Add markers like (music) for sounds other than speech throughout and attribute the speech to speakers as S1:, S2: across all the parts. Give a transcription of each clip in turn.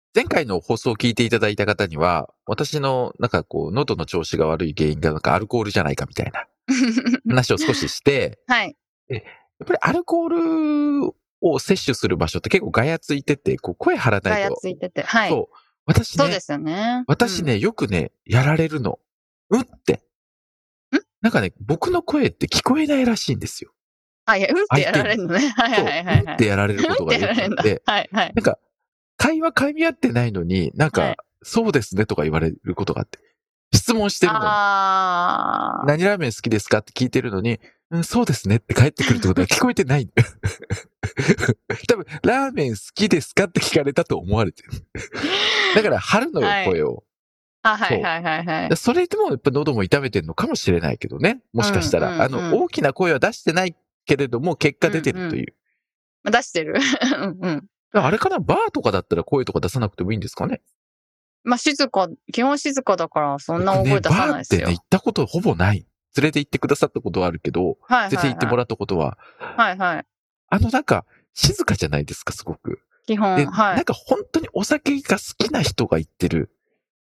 S1: (laughs)
S2: 前回の放送を聞いていただいた方には、私の、なんかこう、喉の調子が悪い原因が、なんかアルコールじゃないかみたいな話を少し
S1: (laughs)
S2: して、
S1: はい。
S2: やっぱりアルコールを摂取する場所って結構ガヤついてて、こう、声張ら
S1: ガ
S2: ない
S1: ヤ
S2: と。
S1: ついてて。はい。
S2: そう。私
S1: そう
S2: ね
S1: で、すよね。
S2: 私ね、よくね、やられるの。うんって。
S1: ん
S2: なんかね、僕の声って聞こえないらしいんですよ。
S1: うん。はい、うんってやられるのね。はい
S2: そう。う
S1: はいはい
S2: ん
S1: は
S2: っ
S1: い。
S2: てやられることがよくあっ
S1: (laughs) うんってやられる
S2: て
S1: ん、だ。はいはい。
S2: なんか、会話噛み合ってないのに、なんか、
S1: はい
S2: そうですねとか言われることがあって、質問してるのに、
S1: あー。
S2: 何ラーメン好きですかって聞いてるのに、うん、そうですねって帰ってくるってことは聞こえてない。 (laughs) 多分、ラーメン好きですかって聞かれたと思われてる。だから、張るのよ、
S1: はい
S2: 声を。
S1: あはいはいはいはい。
S2: それでも、やっぱ喉も痛めてるのかもしれないけどね。もしかしたら。
S1: うんうんうん
S2: あの、大きな声は出してないけれども、結果出てるという。
S1: 出してる。 (laughs) うんうん。
S2: あれかなバーとかだったら声とか出さなくてもいいんですかね
S1: まあ、静か、基本静かだから、そんな大声出さないです
S2: 僕ね、バーって
S1: よ
S2: ね、。行ったことほぼない。連れて行ってくださったことはあるけど、
S1: はいは
S2: 連
S1: い
S2: れて行っても
S1: は
S2: らったことは、
S1: い。はいはい。
S2: あのなんか、静かじゃないですか、すごく。
S1: 基
S2: で、
S1: 本、は
S2: ないん。か本当にお酒が好きな人が行ってる。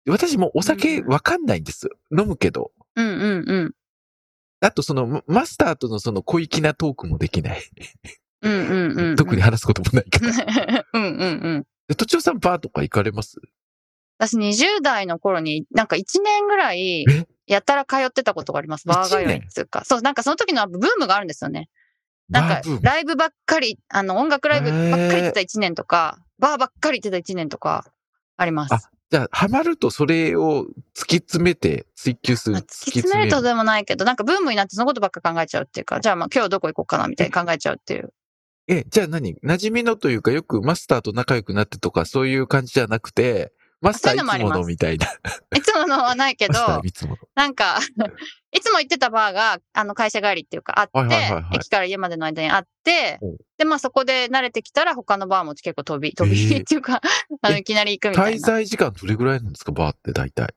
S2: 私もお酒わかんないんです。飲むけど。
S1: うんうんうん。
S2: あとその、ママスターとのその小粋なトークもできない。
S1: うんうんうん。
S2: 特に。話すこともないか
S1: (laughs) うん
S2: ら。
S1: うんうん。
S2: で、とちおさんバーとか行かれます
S1: 私20代の頃に、なんか1年ぐらい
S2: え、
S1: やたら通ってたことがあります。バーガー
S2: 一
S1: より
S2: 年
S1: っていうか。そう、なんかその時のブームがあるんですよね。なん
S2: バー
S1: か
S2: ブー、ム。
S1: ライブばっかり、あの、音楽ライブばっかり行ってた1年とか、バーばっかり行ってた1年とか、あります。
S2: あじゃあ、ハマるとそれを突き詰めて追求す
S1: ま
S2: る。
S1: あ突き詰めるとでもないけど、なんかブームになってそのことばっか考えちゃうっていうか、じゃあまあ今日どこ行こうかなみたいに考えちゃうって
S2: (laughs)
S1: いう。
S2: え、じゃあ何馴染みのというか、よくマスターと仲良くなってとか、そういう感じじゃなくて、マスターい
S1: そういうのもあ
S2: つ
S1: り
S2: も
S1: ます
S2: のみたいな。
S1: いつものはないけど
S2: マ、スターいつもの。
S1: なんか、 (laughs) いつも行ってたバーが、あの、会社帰りっていうか、あって、
S2: はいはいはいはい
S1: 駅から家までの間にあって
S2: うん、
S1: で、まあそこで慣れてきたら他のバーも結構飛び、飛
S2: ええ
S1: びっていうか、あの、
S2: え
S1: いきなり行くみたい
S2: 滞
S1: な。
S2: 在時間どれぐらいなんですかバーって大体。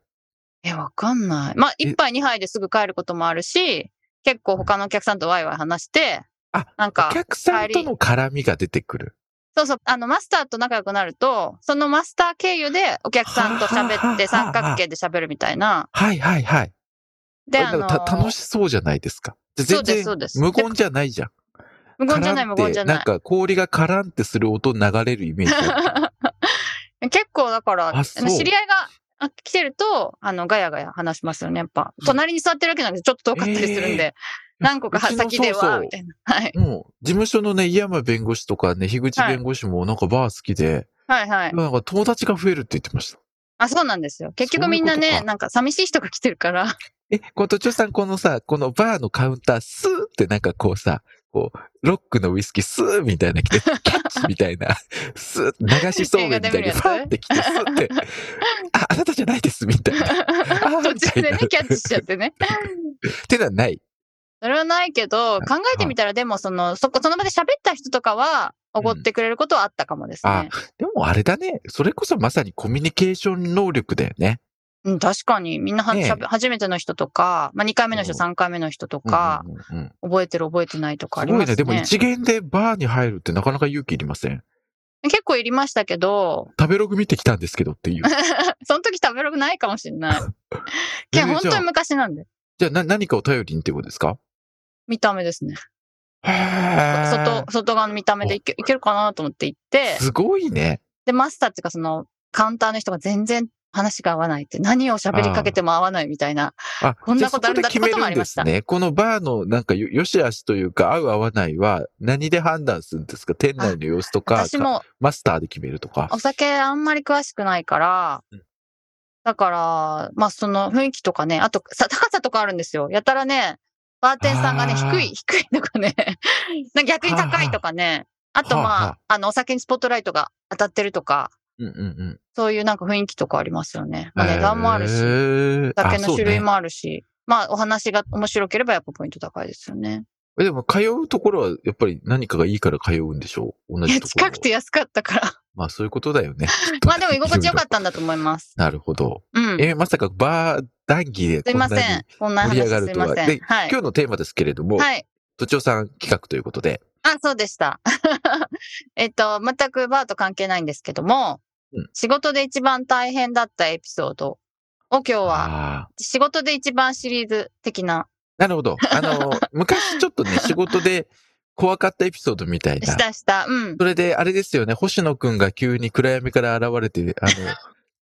S1: え、わかんない。まあ、
S2: え
S1: 一杯二杯ですぐ帰ることもあるし、結構他のお客さんとワイワイ話して、
S2: あ
S1: なん
S2: お
S1: か、
S2: 客さんとの絡みが出てくる。
S1: そうそう、あの、マスターと仲良くなると、そのマスター経由でお客さんと喋って、
S2: はあはあはあ
S1: 三角形で喋るみたいな。
S2: はいはいはい。
S1: で、
S2: こ
S1: あ
S2: れ
S1: の
S2: なんかた楽しそうじゃないですか。で全
S1: そうです
S2: 然
S1: そうです
S2: 無言じゃないじゃん。
S1: 無言じゃない、無言じゃ
S2: 絡ん
S1: な
S2: で
S1: い。
S2: なんか氷がカランってする音流れるイメー
S1: (laughs)
S2: ジある。
S1: 結構だから、
S2: あそう
S1: 知り合いがあ来てると、あの、ガヤガヤ話しますよね、やっぱ。隣に座ってるわけじゃなくて、ちょっと遠かったりするんで、 (laughs) 何個か
S2: うちの
S1: 先で
S2: そうそ
S1: は、
S2: う
S1: みたいな。はい。
S2: もう、事務所のね、井山弁護士とかね、樋口弁護士もなんかバー好きで、
S1: はいはい。
S2: なんか友達が増えるって言ってました。
S1: あ、そうなんですよ。結
S2: そ
S1: 局
S2: ういう
S1: み
S2: んこと
S1: な
S2: か
S1: ね、なんか寂しい人が来てるから、
S2: え、この途中さん、このさ、このバーのカウンター、スーってなんかこうさ、こう、ロックのウイスキー、スーみたいな来
S1: (laughs)
S2: て、キャッチみたいな、スーって流しそうめんみたいに、
S1: 映
S2: フ
S1: 画
S2: ァ
S1: で見るやつ
S2: ーって来て、スーって、あ、あなたじゃないです、みた
S1: (laughs)
S2: いな。っ
S1: 途中
S2: み
S1: で
S2: たいな
S1: ね、キャッチしちゃって
S2: (laughs)
S1: ね。
S2: てのはない。
S1: それはないけど、考えてみたら、でも、その、そこ、その場で喋った人とかは、おごってくれることはあったかもですね。
S2: でもあれだね、それこそまさにコミュニケーション能力だよね。
S1: うん、確かに。みんなは、
S2: ねえ
S1: しゃべ初めての人とか、まあ、2回目の人、
S2: うん
S1: 3回目の人とか、
S2: うんうんうんうん
S1: 覚えてる覚えてないとかあ
S2: す
S1: りま
S2: ご
S1: す
S2: いね。
S1: ね。
S2: でも一元でバーに入るってなかなか勇気いりません。
S1: 結構いりましたけど、 (laughs)
S2: 食べログ見てきたんですけどっていう。
S1: その時食べログないかもし
S2: (laughs)
S1: れない。い
S2: 全
S1: や、
S2: 然
S1: 本
S2: じゃ
S1: 当
S2: あ
S1: に昔なんで。
S2: じゃあな何かを頼りにってことですか
S1: 見た目ですね。
S2: へー
S1: 外、外側の見た目でいけいけるかなと思って行って、
S2: すごいね。
S1: で、マスターっていうかその、カウンターの人が全然話が合わないって、何を喋りかけても合わないみたいな。
S2: あ、
S1: こんなこ
S2: じ
S1: と
S2: ゃ
S1: あるんだ
S2: そこで決め
S1: ってこともありま
S2: で
S1: し
S2: す
S1: た
S2: ね。このバーのなんかよ、よし悪しというか、合う合わないは何で判断するんですか店内の様子とか、
S1: 私も
S2: マスターで決めるとか
S1: お。酒あんまり詳しくないから
S2: うん、
S1: だから、まあその雰囲気とかね、あとさ (laughs) 高さとかあるんですよ。やたらね、バーテンさんがね、
S2: あー
S1: 低い、 (laughs) 低いと
S2: (laughs)
S1: かね、なんか逆に高いとかね、あと
S2: はあは
S1: ま
S2: あ
S1: あ、あの、お酒にスポットライトが当たってるとか、
S2: うんうんうん。
S1: そういうなんか雰囲気とかありますよね。まあ、値段もあるし、
S2: し
S1: 酒の種類もあるし、まあお話が面白ければやっぱポイント高いですよね。
S2: え、でも通うところはやっぱり何かがいいから通うんでしょう同
S1: い
S2: じ
S1: や、
S2: ところ。
S1: 近くて。安かったから。 (laughs)
S2: まあそういうことだよね。きっと
S1: まあでも居心地良かっ。
S2: い
S1: たんだと思います。
S2: (laughs) ろいろなるほど。
S1: うん。
S2: え、まさかバー談義です
S1: い
S2: こんな
S1: ま
S2: に
S1: せん。こんな
S2: 盛り
S1: 話
S2: 上が
S1: す
S2: る
S1: い
S2: と
S1: ま
S2: は。
S1: せ
S2: で
S1: ん。、はい
S2: 今。日のテーマですけれども、
S1: はい。
S2: 都庁さん企画ということで。
S1: あ、そうでした。 (laughs) えっと、全くバーと関係ないんですけども、
S2: うん
S1: 仕事で一番大変だったエピソードを今日は、
S2: ああ。
S1: 仕事で一番シリーズ的な、
S2: なるほど。あの、 (laughs) 昔ちょっとね、仕事で怖かったエピソードみたいな
S1: し。たした、うん。
S2: それで、あれですよね、星野くんが急に暗闇から現れて、
S1: (laughs)
S2: あの、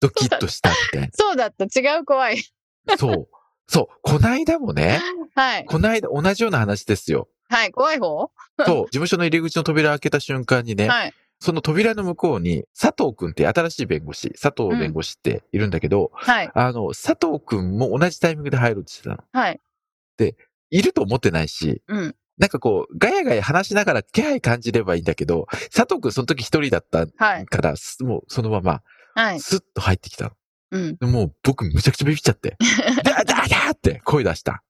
S2: ドキッとしたみたい
S1: そうだった、違う怖い。 (laughs)
S2: な。そう。そう。こないだもね、
S1: はい。
S2: こないだ同じような話ですよ。
S1: はい、怖い方
S2: そう。事務所の入り口の扉を開けた瞬間にね、
S1: はい。
S2: その扉の向こうに、佐藤くんって新しい弁護士、佐藤弁護士っているんだけど、
S1: はい。
S2: あの、佐藤くんも同じタイミングで入ろうとしてたの。
S1: はい。
S2: いると思ってないし、
S1: うん。
S2: なんかこう、ガヤガヤ話しながら気配感じればいいんだけど、佐藤くんその時一人だった
S1: はい。
S2: から、すもうそのまま、
S1: はい。
S2: スッと入ってきたの。
S1: うん。
S2: でもう僕むちゃくちゃビビっちゃ
S1: (laughs)
S2: って、だだだって声出した。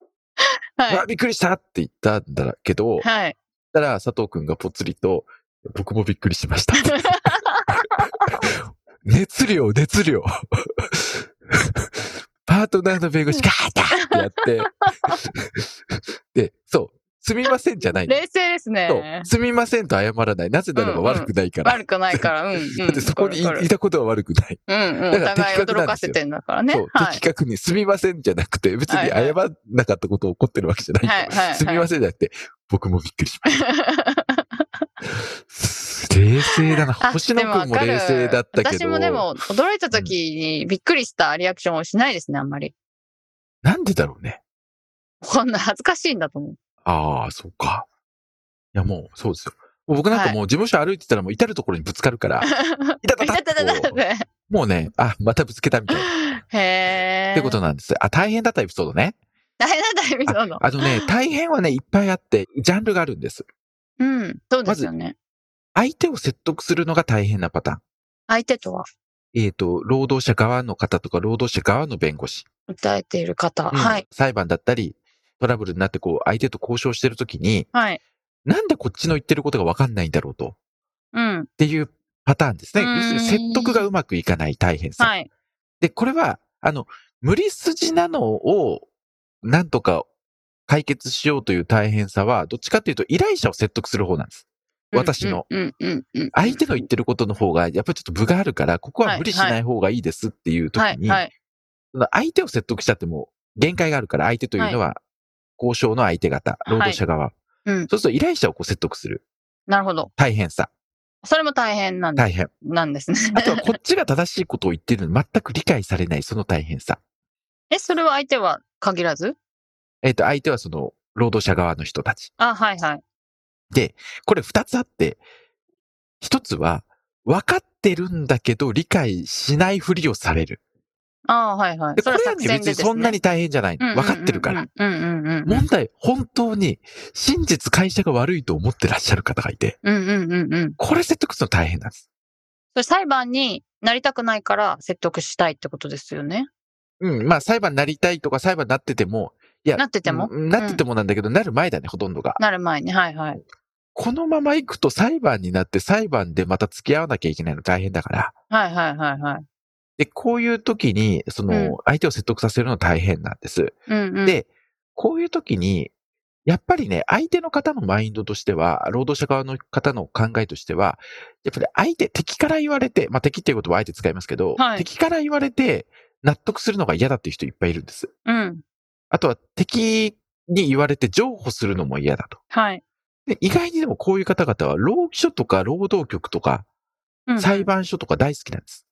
S1: は
S2: うわ
S1: い。
S2: びっくりしたって言ったんだけど、そし
S1: はい。
S2: たら佐藤くんがぽつりと、僕もびっくりしま
S1: (laughs)
S2: した。熱量、熱量。パートナーの弁護士、ガータってやって。で、そう、すみませんじゃない。
S1: 冷静です
S2: そう
S1: ね。
S2: すみませんと謝らない。なぜならば悪くないから。
S1: 悪くないから、うん。う
S2: (laughs)
S1: ん
S2: だってそこにい
S1: わかるわか
S2: い
S1: る
S2: たことは悪くない。
S1: うんうん。お
S2: だから
S1: 互い
S2: 的確な
S1: 驚
S2: んで
S1: か
S2: すよ
S1: せてんだからね
S2: そう。、
S1: はい。
S2: 的確にすみませんじゃなくて、別に
S1: はい
S2: 謝らなかったことを怒ってるわけじゃないよ。
S1: はいはいはい
S2: すみませんじゃなくて、僕もびっくりしました。冷静だな。
S1: あ
S2: 星野
S1: でわ
S2: くんも
S1: かる
S2: 冷静だったけど。
S1: 私もでも、驚いた時にびっくりしたリアクションをしないですね、あんまり。
S2: なんでだろうね。
S1: こんな恥ずかしいんだと思う。
S2: ああ、そうか。いや、もう、そうですよ。もう僕なんかもう事務所歩いてたらもう至るところにぶつかるから、いたたた
S1: だ
S2: っ
S1: だだだ
S2: てこ
S1: だ
S2: うもうね、あ、またぶつけたみたいな。
S1: (laughs) へー。
S2: ってことなんです。あ、大変だったエピソードね。
S1: (laughs) 大変なんだ、エピソード
S2: あ。あの
S1: (laughs)
S2: ね、大変はね、いっぱいあって、ジャンルがあるんです。
S1: うん。そうですよね。
S2: 相手を説得するのが大変なパターン。
S1: 相手とは
S2: えっ、と、労働者側の方とか、労働者側の弁護士。
S1: 訴えている方。はい。
S2: 裁判だったり、トラブルになって、こう、相手と交渉してるときに、
S1: はい。
S2: なんでこっちの言ってることがわかんないんだろうと。っ
S1: うん。
S2: ていうパターンですね。
S1: うーん
S2: 要するに説得がうまくいかない大変さ。
S1: はい。
S2: で、これは、あの、無理筋なのを、なんとか解決しようという大変さは、どっちかというと依頼者を説得する方なんです。私の。
S1: うんうんうん。
S2: 相手の言ってることの方が、やっぱりちょっと分があるから、ここは無理しない方がいいですっていう時
S1: はい。
S2: に、
S1: はい。
S2: その相手を説得しちゃっても限界があるから、相手というのは交渉の相手方、
S1: い
S2: 労働者側。
S1: うん
S2: そうすると依頼者をこう説得する。
S1: なるほど。
S2: 大変さ。
S1: それも大変なんで
S2: 大
S1: (laughs)
S2: 変。
S1: なんですね。
S2: あとはこっちが正しいことを言ってるのに全く理解されない、その大変さ。
S1: え、それは相手は限らず
S2: えっ、と、相手はその、労働者側の人たち。
S1: あ、はいはい。
S2: これ二つあって、一つは、分かってるんだけど理解しないふりをされる。
S1: あはいはい。
S2: で、これ
S1: それは
S2: は
S1: 作
S2: ね、
S1: 戦
S2: 別
S1: で
S2: に
S1: ですね
S2: そんなに大変じゃないの。分かってるから。。
S1: うんうんうんうん。
S2: 問題、本当に、真実会社が悪いと思ってらっしゃる方がいて、
S1: うんうんうんうん。
S2: これ説得するの大変なんです。
S1: それ裁判になりたくないから説得したいってことですよね。
S2: うん、まあ裁判になりたいとか裁判になってても、いや、
S1: なってても
S2: うんなっててもなんだけど、なる前だね、ほとんどが。
S1: なる前に。はいはい。
S2: このまま行くと裁判になって裁判でまた付き合わなきゃいけないの大変だから。
S1: はいはいはいはい。
S2: で、こういう時に、そ
S1: うん
S2: の、相手を説得させるの大変なんです。
S1: うんうん。
S2: で、こういう時に、やっぱりね、相手の方のマインドとしては、労働者側の方の考えとしては、やっぱり相手、敵から言われて、まあ敵っていう言葉はあえて使いますけど、
S1: はい
S2: 敵から言われて、納得するのが嫌だっていう人いっぱいいるんです。
S1: うん。
S2: あとは敵に言われて譲歩するのも嫌だと。
S1: はい。
S2: で意外にでもこういう方々は、労基署とか労働局とか、
S1: うん
S2: 裁判所とか大好きなんです。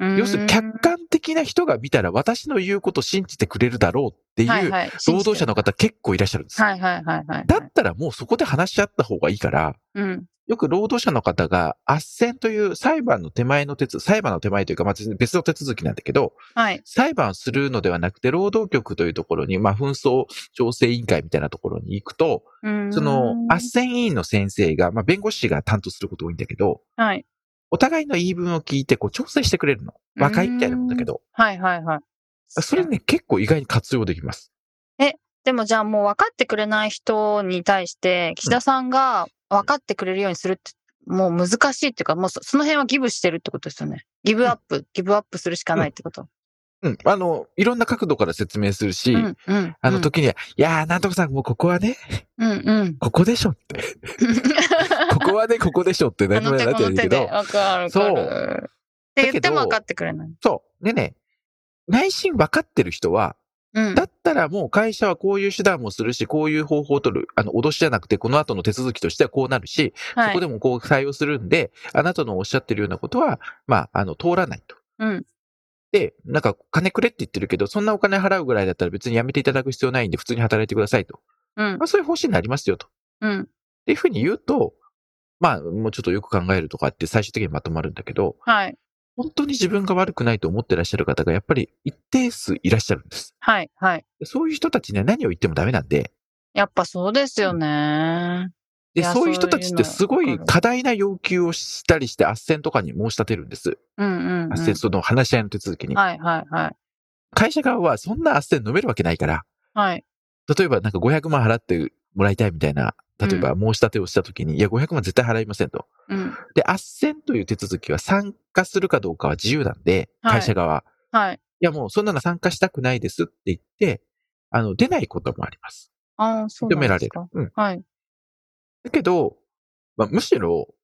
S2: 要するに客観的な人が見たら私の言うことを信じてくれるだろうっていう
S1: はい
S2: 労
S1: はい
S2: 働者の方結構いらっしゃるんです。
S1: はいはいはいはい。
S2: だったらもうそこで話し合った方がいいから、
S1: うん。
S2: よく労働者の方が、斡旋という裁判の手前の手つ、裁判の手前というか、まあ、別の手続きなんだけど、
S1: はい。
S2: 裁判するのではなくて、労働局というところに、まあ、紛争調整委員会みたいなところに行くと、
S1: うーん
S2: その、斡旋委員の先生が、まあ、弁護士が担当すること多いんだけど、
S1: はい。
S2: お互いの言い分を聞いて、こう、調整してくれるの。和解みたいなもんだけど。
S1: はいはいはい。
S2: それね、結構意外に活用できます。
S1: でもじゃあもう分かってくれない人に対して、岸田さんが分かってくれるようにするって、もう難しいっていうか、もうそその辺はギブしてるってことですよね。ギブアップ、ギブアップするしかないってこと。
S2: うん。あの、いろんな角度から説明するし、
S1: うん、うん。
S2: あの時には、いやー、なんとかさん、もうここはね、
S1: うん、
S2: (laughs)
S1: うん。
S2: ここでし
S1: (laughs)
S2: ょって。ここはね、ここでしょって
S1: あ
S2: 何も
S1: の
S2: な
S1: 手
S2: ってや
S1: この
S2: る
S1: 手
S2: け
S1: で。
S2: ど。
S1: わかるわかる。
S2: そう
S1: って言っても分かってくれない。
S2: そう。でね、内心分かってる人は、
S1: うん
S2: だ。ったらもう会社はこういう手段もするし、こういう方法を取る。あの、脅しじゃなくて、この後の手続きとしてはこうなるし、
S1: は
S2: そこ
S1: い。
S2: でもこう採用するんで、あなたのおっしゃってるようなことは、まあ、あの、通らないと。
S1: うん
S2: で、なんか、金くれって言ってるけど、そんなお金払うぐらいだったら別に辞めていただく必要ないんで、普通に働いてくださいと。
S1: うん
S2: ま。あ、そういう方針になりますよと。っ
S1: うん。
S2: ていうふうに言うと、まあ、もうちょっとよく考えるとかって最終的にまとまるんだけど、
S1: はい。
S2: 本当に自分が悪くないと思ってらっしゃる方が、やっぱり一定数いらっしゃるんです。
S1: はい。はい。
S2: そういう人たちには何を言ってもダメなんで、
S1: やっぱそうですよね。い
S2: で、
S1: や
S2: そういう人たちってす
S1: そう
S2: ご
S1: いうのわ
S2: い
S1: かる
S2: 過大な要求をしたりして、斡旋とかに申し立てるんです。
S1: うんうん、うん。
S2: 斡旋、その話し合いの手続きに。
S1: はいはいはい。
S2: 会社側はそんな斡旋飲めるわけないから、
S1: はい。
S2: 例えばなんか500万払ってもらいたいみたいな、例えば申し立てをしたときに、いや、500万絶対払いませんと。
S1: うん。
S2: で、斡旋という手続きは参加するかどうかは自由なんで、
S1: はい
S2: 会社側。い、
S1: はい。
S2: や、もうそんなの参加したくないですって言って、あの、出ないこともあります。
S1: ああ、そう
S2: 認
S1: な
S2: め
S1: ん
S2: ら
S1: で
S2: れ
S1: す
S2: る
S1: か。。
S2: うん。
S1: はい。
S2: だけど、まあ、むしろ、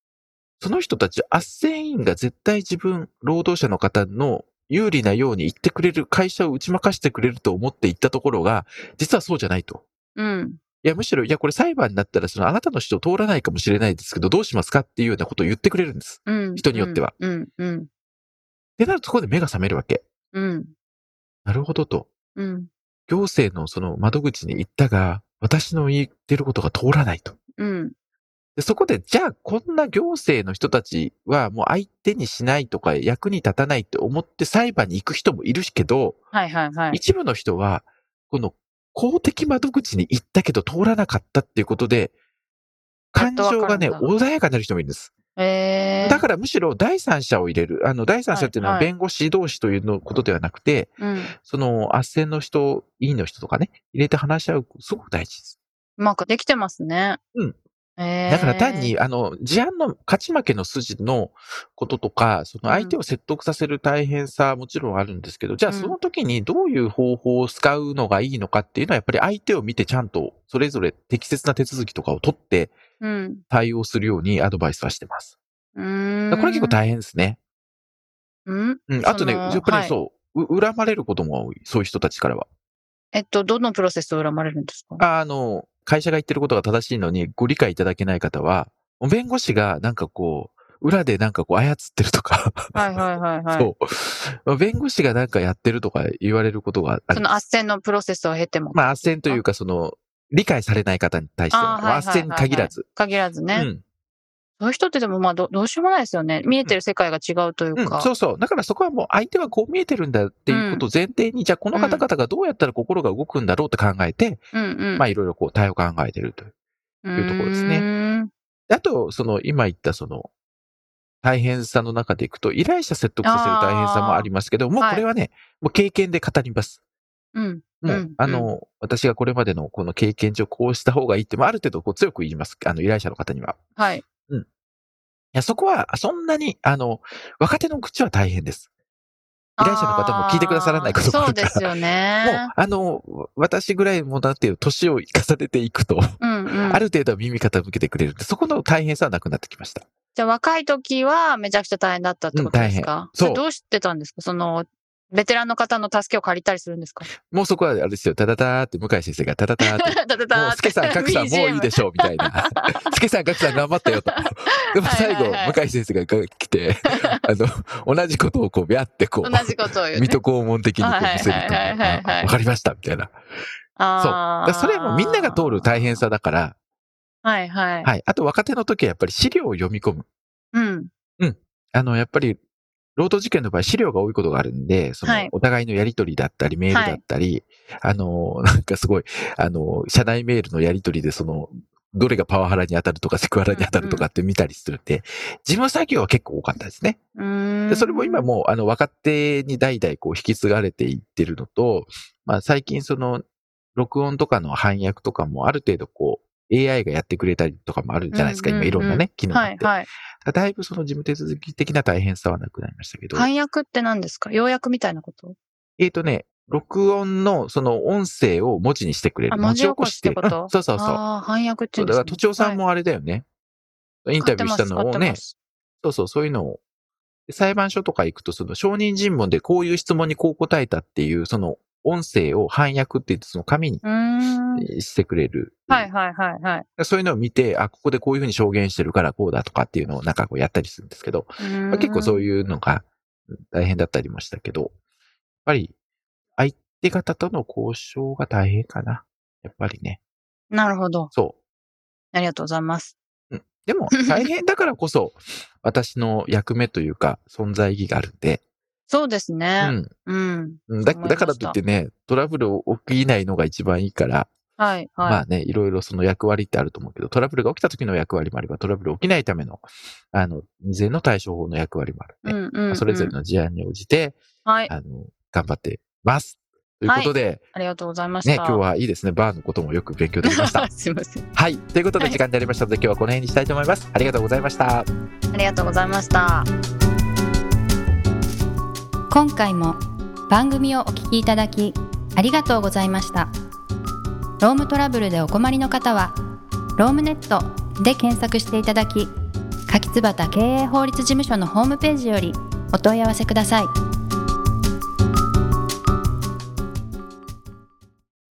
S2: その人たち、斡旋員が絶対自分、労働者の方の有利なように言ってくれる、会社を打ち負かしてくれると思って行ったところが、実はそうじゃないと。
S1: うん。
S2: いや、むしろ、いや、これ裁判になったら、そのあなたの主張通らないかもしれないですけど、どうしますかっていうようなことを言ってくれるんです。
S1: うん
S2: 人によっては。
S1: うん、うん、
S2: で、なるとここで目が覚めるわけ。
S1: うん、
S2: なるほどと。
S1: うん、
S2: 行政のその窓口に行ったが、私の言ってることが通らないと。
S1: うん、
S2: で、そこで、じゃあ、こんな行政の人たちは、もう相手にしないとか、役に立たないって思って裁判に行く人もいるけど、
S1: はいはいはい。
S2: 一部の人は、この公的窓口に行ったけど通らなかったっていうことで、
S1: やっ
S2: 感
S1: とわかる
S2: 情
S1: んだ
S2: がね、穏やかになる人もいるんです。
S1: ええ
S2: だからむしろ第三者を入れる。あの、第三者っていうのは
S1: はいは
S2: 弁護士同士というのことではなくて、
S1: うん、
S2: その、斡旋の人、委員の人とかね、入れて話し合う、すごく大事です。
S1: うまくできてますね。
S2: うん。
S1: ええ
S2: だから単、に、あの、事案の勝ち負けの筋のこととか、その相手を説得させる大変さはもちろんあるんですけど、じゃあ
S1: うん
S2: その時にどういう方法を使うのがいいのかっていうのは、やっぱり相手を見てちゃんとそれぞれ適切な手続きとかを取って
S1: うん。
S2: 対応するようにアドバイスはしてます。
S1: うーん。
S2: これ結構大変ですね。
S1: うん
S2: うん。あとね、
S1: その
S2: やっぱ
S1: は
S2: り
S1: い
S2: そう、う恨まれることも多い。そういう人たちからは。
S1: えっと、どのプロセスを恨まれるんですか
S2: ああの、会社が言ってることが正しいのにご理解いただけない方は、弁護士がなんかこう、裏でなんかこう操ってるとか。
S1: はいはいはいはい。
S2: そうまあ。弁護士がなんかやってるとか言われることがあ
S1: そ
S2: る。
S1: の斡旋のプロセスを経ても。
S2: まあ、斡旋というか、その、理解されない方に対して
S1: あ
S2: は、
S1: ーはいはい
S2: まあ斡旋に限らず。
S1: 限らず
S2: う
S1: ね。
S2: ん。
S1: そういう人ってでもまあど、どうしようもないですよね。見えてる世界が違うという
S2: うん
S1: か。
S2: そうそう。だからそこはもう相手はこう見えてるんだっていうことを前提に、じゃあこの方々がどうやったら心が動くんだろうって考えて、
S1: うんうん。
S2: まあいろいろこう対応を考えてるという。
S1: あ、
S2: いうところですね
S1: ね。
S2: であと、その今言ったその、大変さの中でいくと、依頼者説得させる大変さもありますけど、もうこれはね、もう経験で語ります。
S1: うん。
S2: もう
S1: う、
S2: んあの、私がこれまでのこの経験上こうした方がいいって、まあ、ある程度こう強く言います。あの、依頼者の方には。
S1: はい。
S2: いや、そこは、そんなに、あの、若手の口は大変です。依頼者の方も聞いてくださらないこともあるから
S1: ーそうですよ
S2: もう
S1: ね。、
S2: あの、私ぐらいもだっていう年を重ねていくと、
S1: うんうん。
S2: ある程度は耳傾けてくれるんで、そこの大変さはなくなってきました。
S1: じゃあ若い時はめちゃくちゃ大変だったってことですか、
S2: 大変そう
S1: れどうしてたんですかその、ベテランの方の助けを借りたりするんですか
S2: もうそこはあれですよ、ただたーって向井先生がただたーって。
S1: だだ
S2: も
S1: だ
S2: う、スケさん、ガクさん、もういいで
S1: し
S2: しょう、みたいな。スケさん、ガクさん、頑張ったよ、と。でも最
S1: は
S2: 後
S1: いはいは、い
S2: 向井先生が来て、あの、同じことをこう、ビャってこう、
S1: ょ同じことを言う、ね。
S2: 水戸黄門的にこう見せると、
S1: はいはいはいはいはい
S2: あわかりました、みたいな。そう。だ
S1: あ
S2: か
S1: ー
S2: らそれもみんなが通る大変。さだから、
S1: はいはい。
S2: はい。あと若手の時はやっぱり資料を読み込む。
S1: うん。
S2: あの、やっぱり、労働事件の場合資料が多いことがあるんで、その
S1: はい、
S2: お互いのやりとりだったり、メールだったり、あの、なんかすごい、あの、社内メールのやりとりで、その、どれがパワハラに当たるとかセクハラに当たるとかって見たりするんで、事務作業は結構多かったですね。
S1: うん
S2: で、それも今もう、あの、若手に代々こう引き継がれていってるのと、まあ最近その、録音とかの翻訳とかもある程度こう、AI がやってくれたりとかもあるじゃないですか、
S1: うんうんう
S2: 今
S1: ん
S2: いろんなね、機能が
S1: は
S2: あっ
S1: い
S2: て。
S1: はい。
S2: だいぶその事務手続き的な大変さはなくなりましたけど、
S1: 翻訳って何ですか要約みたいなこと
S2: えっ、とね、録音のその音声を文字にしてくれる。
S1: あ文字起こしってこと
S2: うんそうそうそう。
S1: ああ、翻訳って
S2: そ
S1: いううん
S2: だか
S1: です
S2: ら、
S1: ね
S2: 都庁さんもあれだよね。インタビューしたのをね、そうそう、そういうのを。で裁判所とか行くと、その証人尋問でこういう質問にこう答えたっていう、その音声を翻訳って言って、その紙に
S1: うーん。
S2: えーしてくれる。
S1: はいはいはいはい。
S2: そういうのを見て、あ、ここでこういうふうに証言してるからこうだとかっていうのをなんかこうやったりするんですけど、まあ、結構そう
S1: う
S2: いうのがうん大変だったりもしたけど、やっぱり相手方との交渉が大変かな。やっぱりね。
S1: ーん。なるほど。
S2: そう。
S1: ありがとうございます。
S2: でも大変だからこそ、私の役目というか存在意義があるんで、
S1: そうです
S2: う
S1: ね。
S2: ん。
S1: うん。
S2: うんだ
S1: 思いました
S2: だからといってね、トラブルを起きないのが一番いいから、
S1: はい
S2: ま
S1: は
S2: あね、いろいろその役割ってあると思うけど、トラブルが起きた時の役割もあれば、トラブル起きないための、あの、未然の対処法の役割もある
S1: い。う
S2: ね。
S1: んうんう
S2: まあ
S1: ん。
S2: それぞれの事案に応じて、
S1: はい。
S2: あの、頑張ってます。ということで、
S1: ありがとうございました。
S2: ね、今日はいいですね。バーのこともよく勉強できまし
S1: (laughs)
S2: た。
S1: すいません。
S2: はい。ということで
S1: はい
S2: 時間になりましたので、今日はこの辺にしたいと思います。ありがとうございました。
S1: ありがとうございました。
S3: 今回も番組をお聞きいただきありがとうございましたロームトラブルでお困りの方はロームネットで検索していただき柿椿経営法律事務所のホームページよりお問い合わせください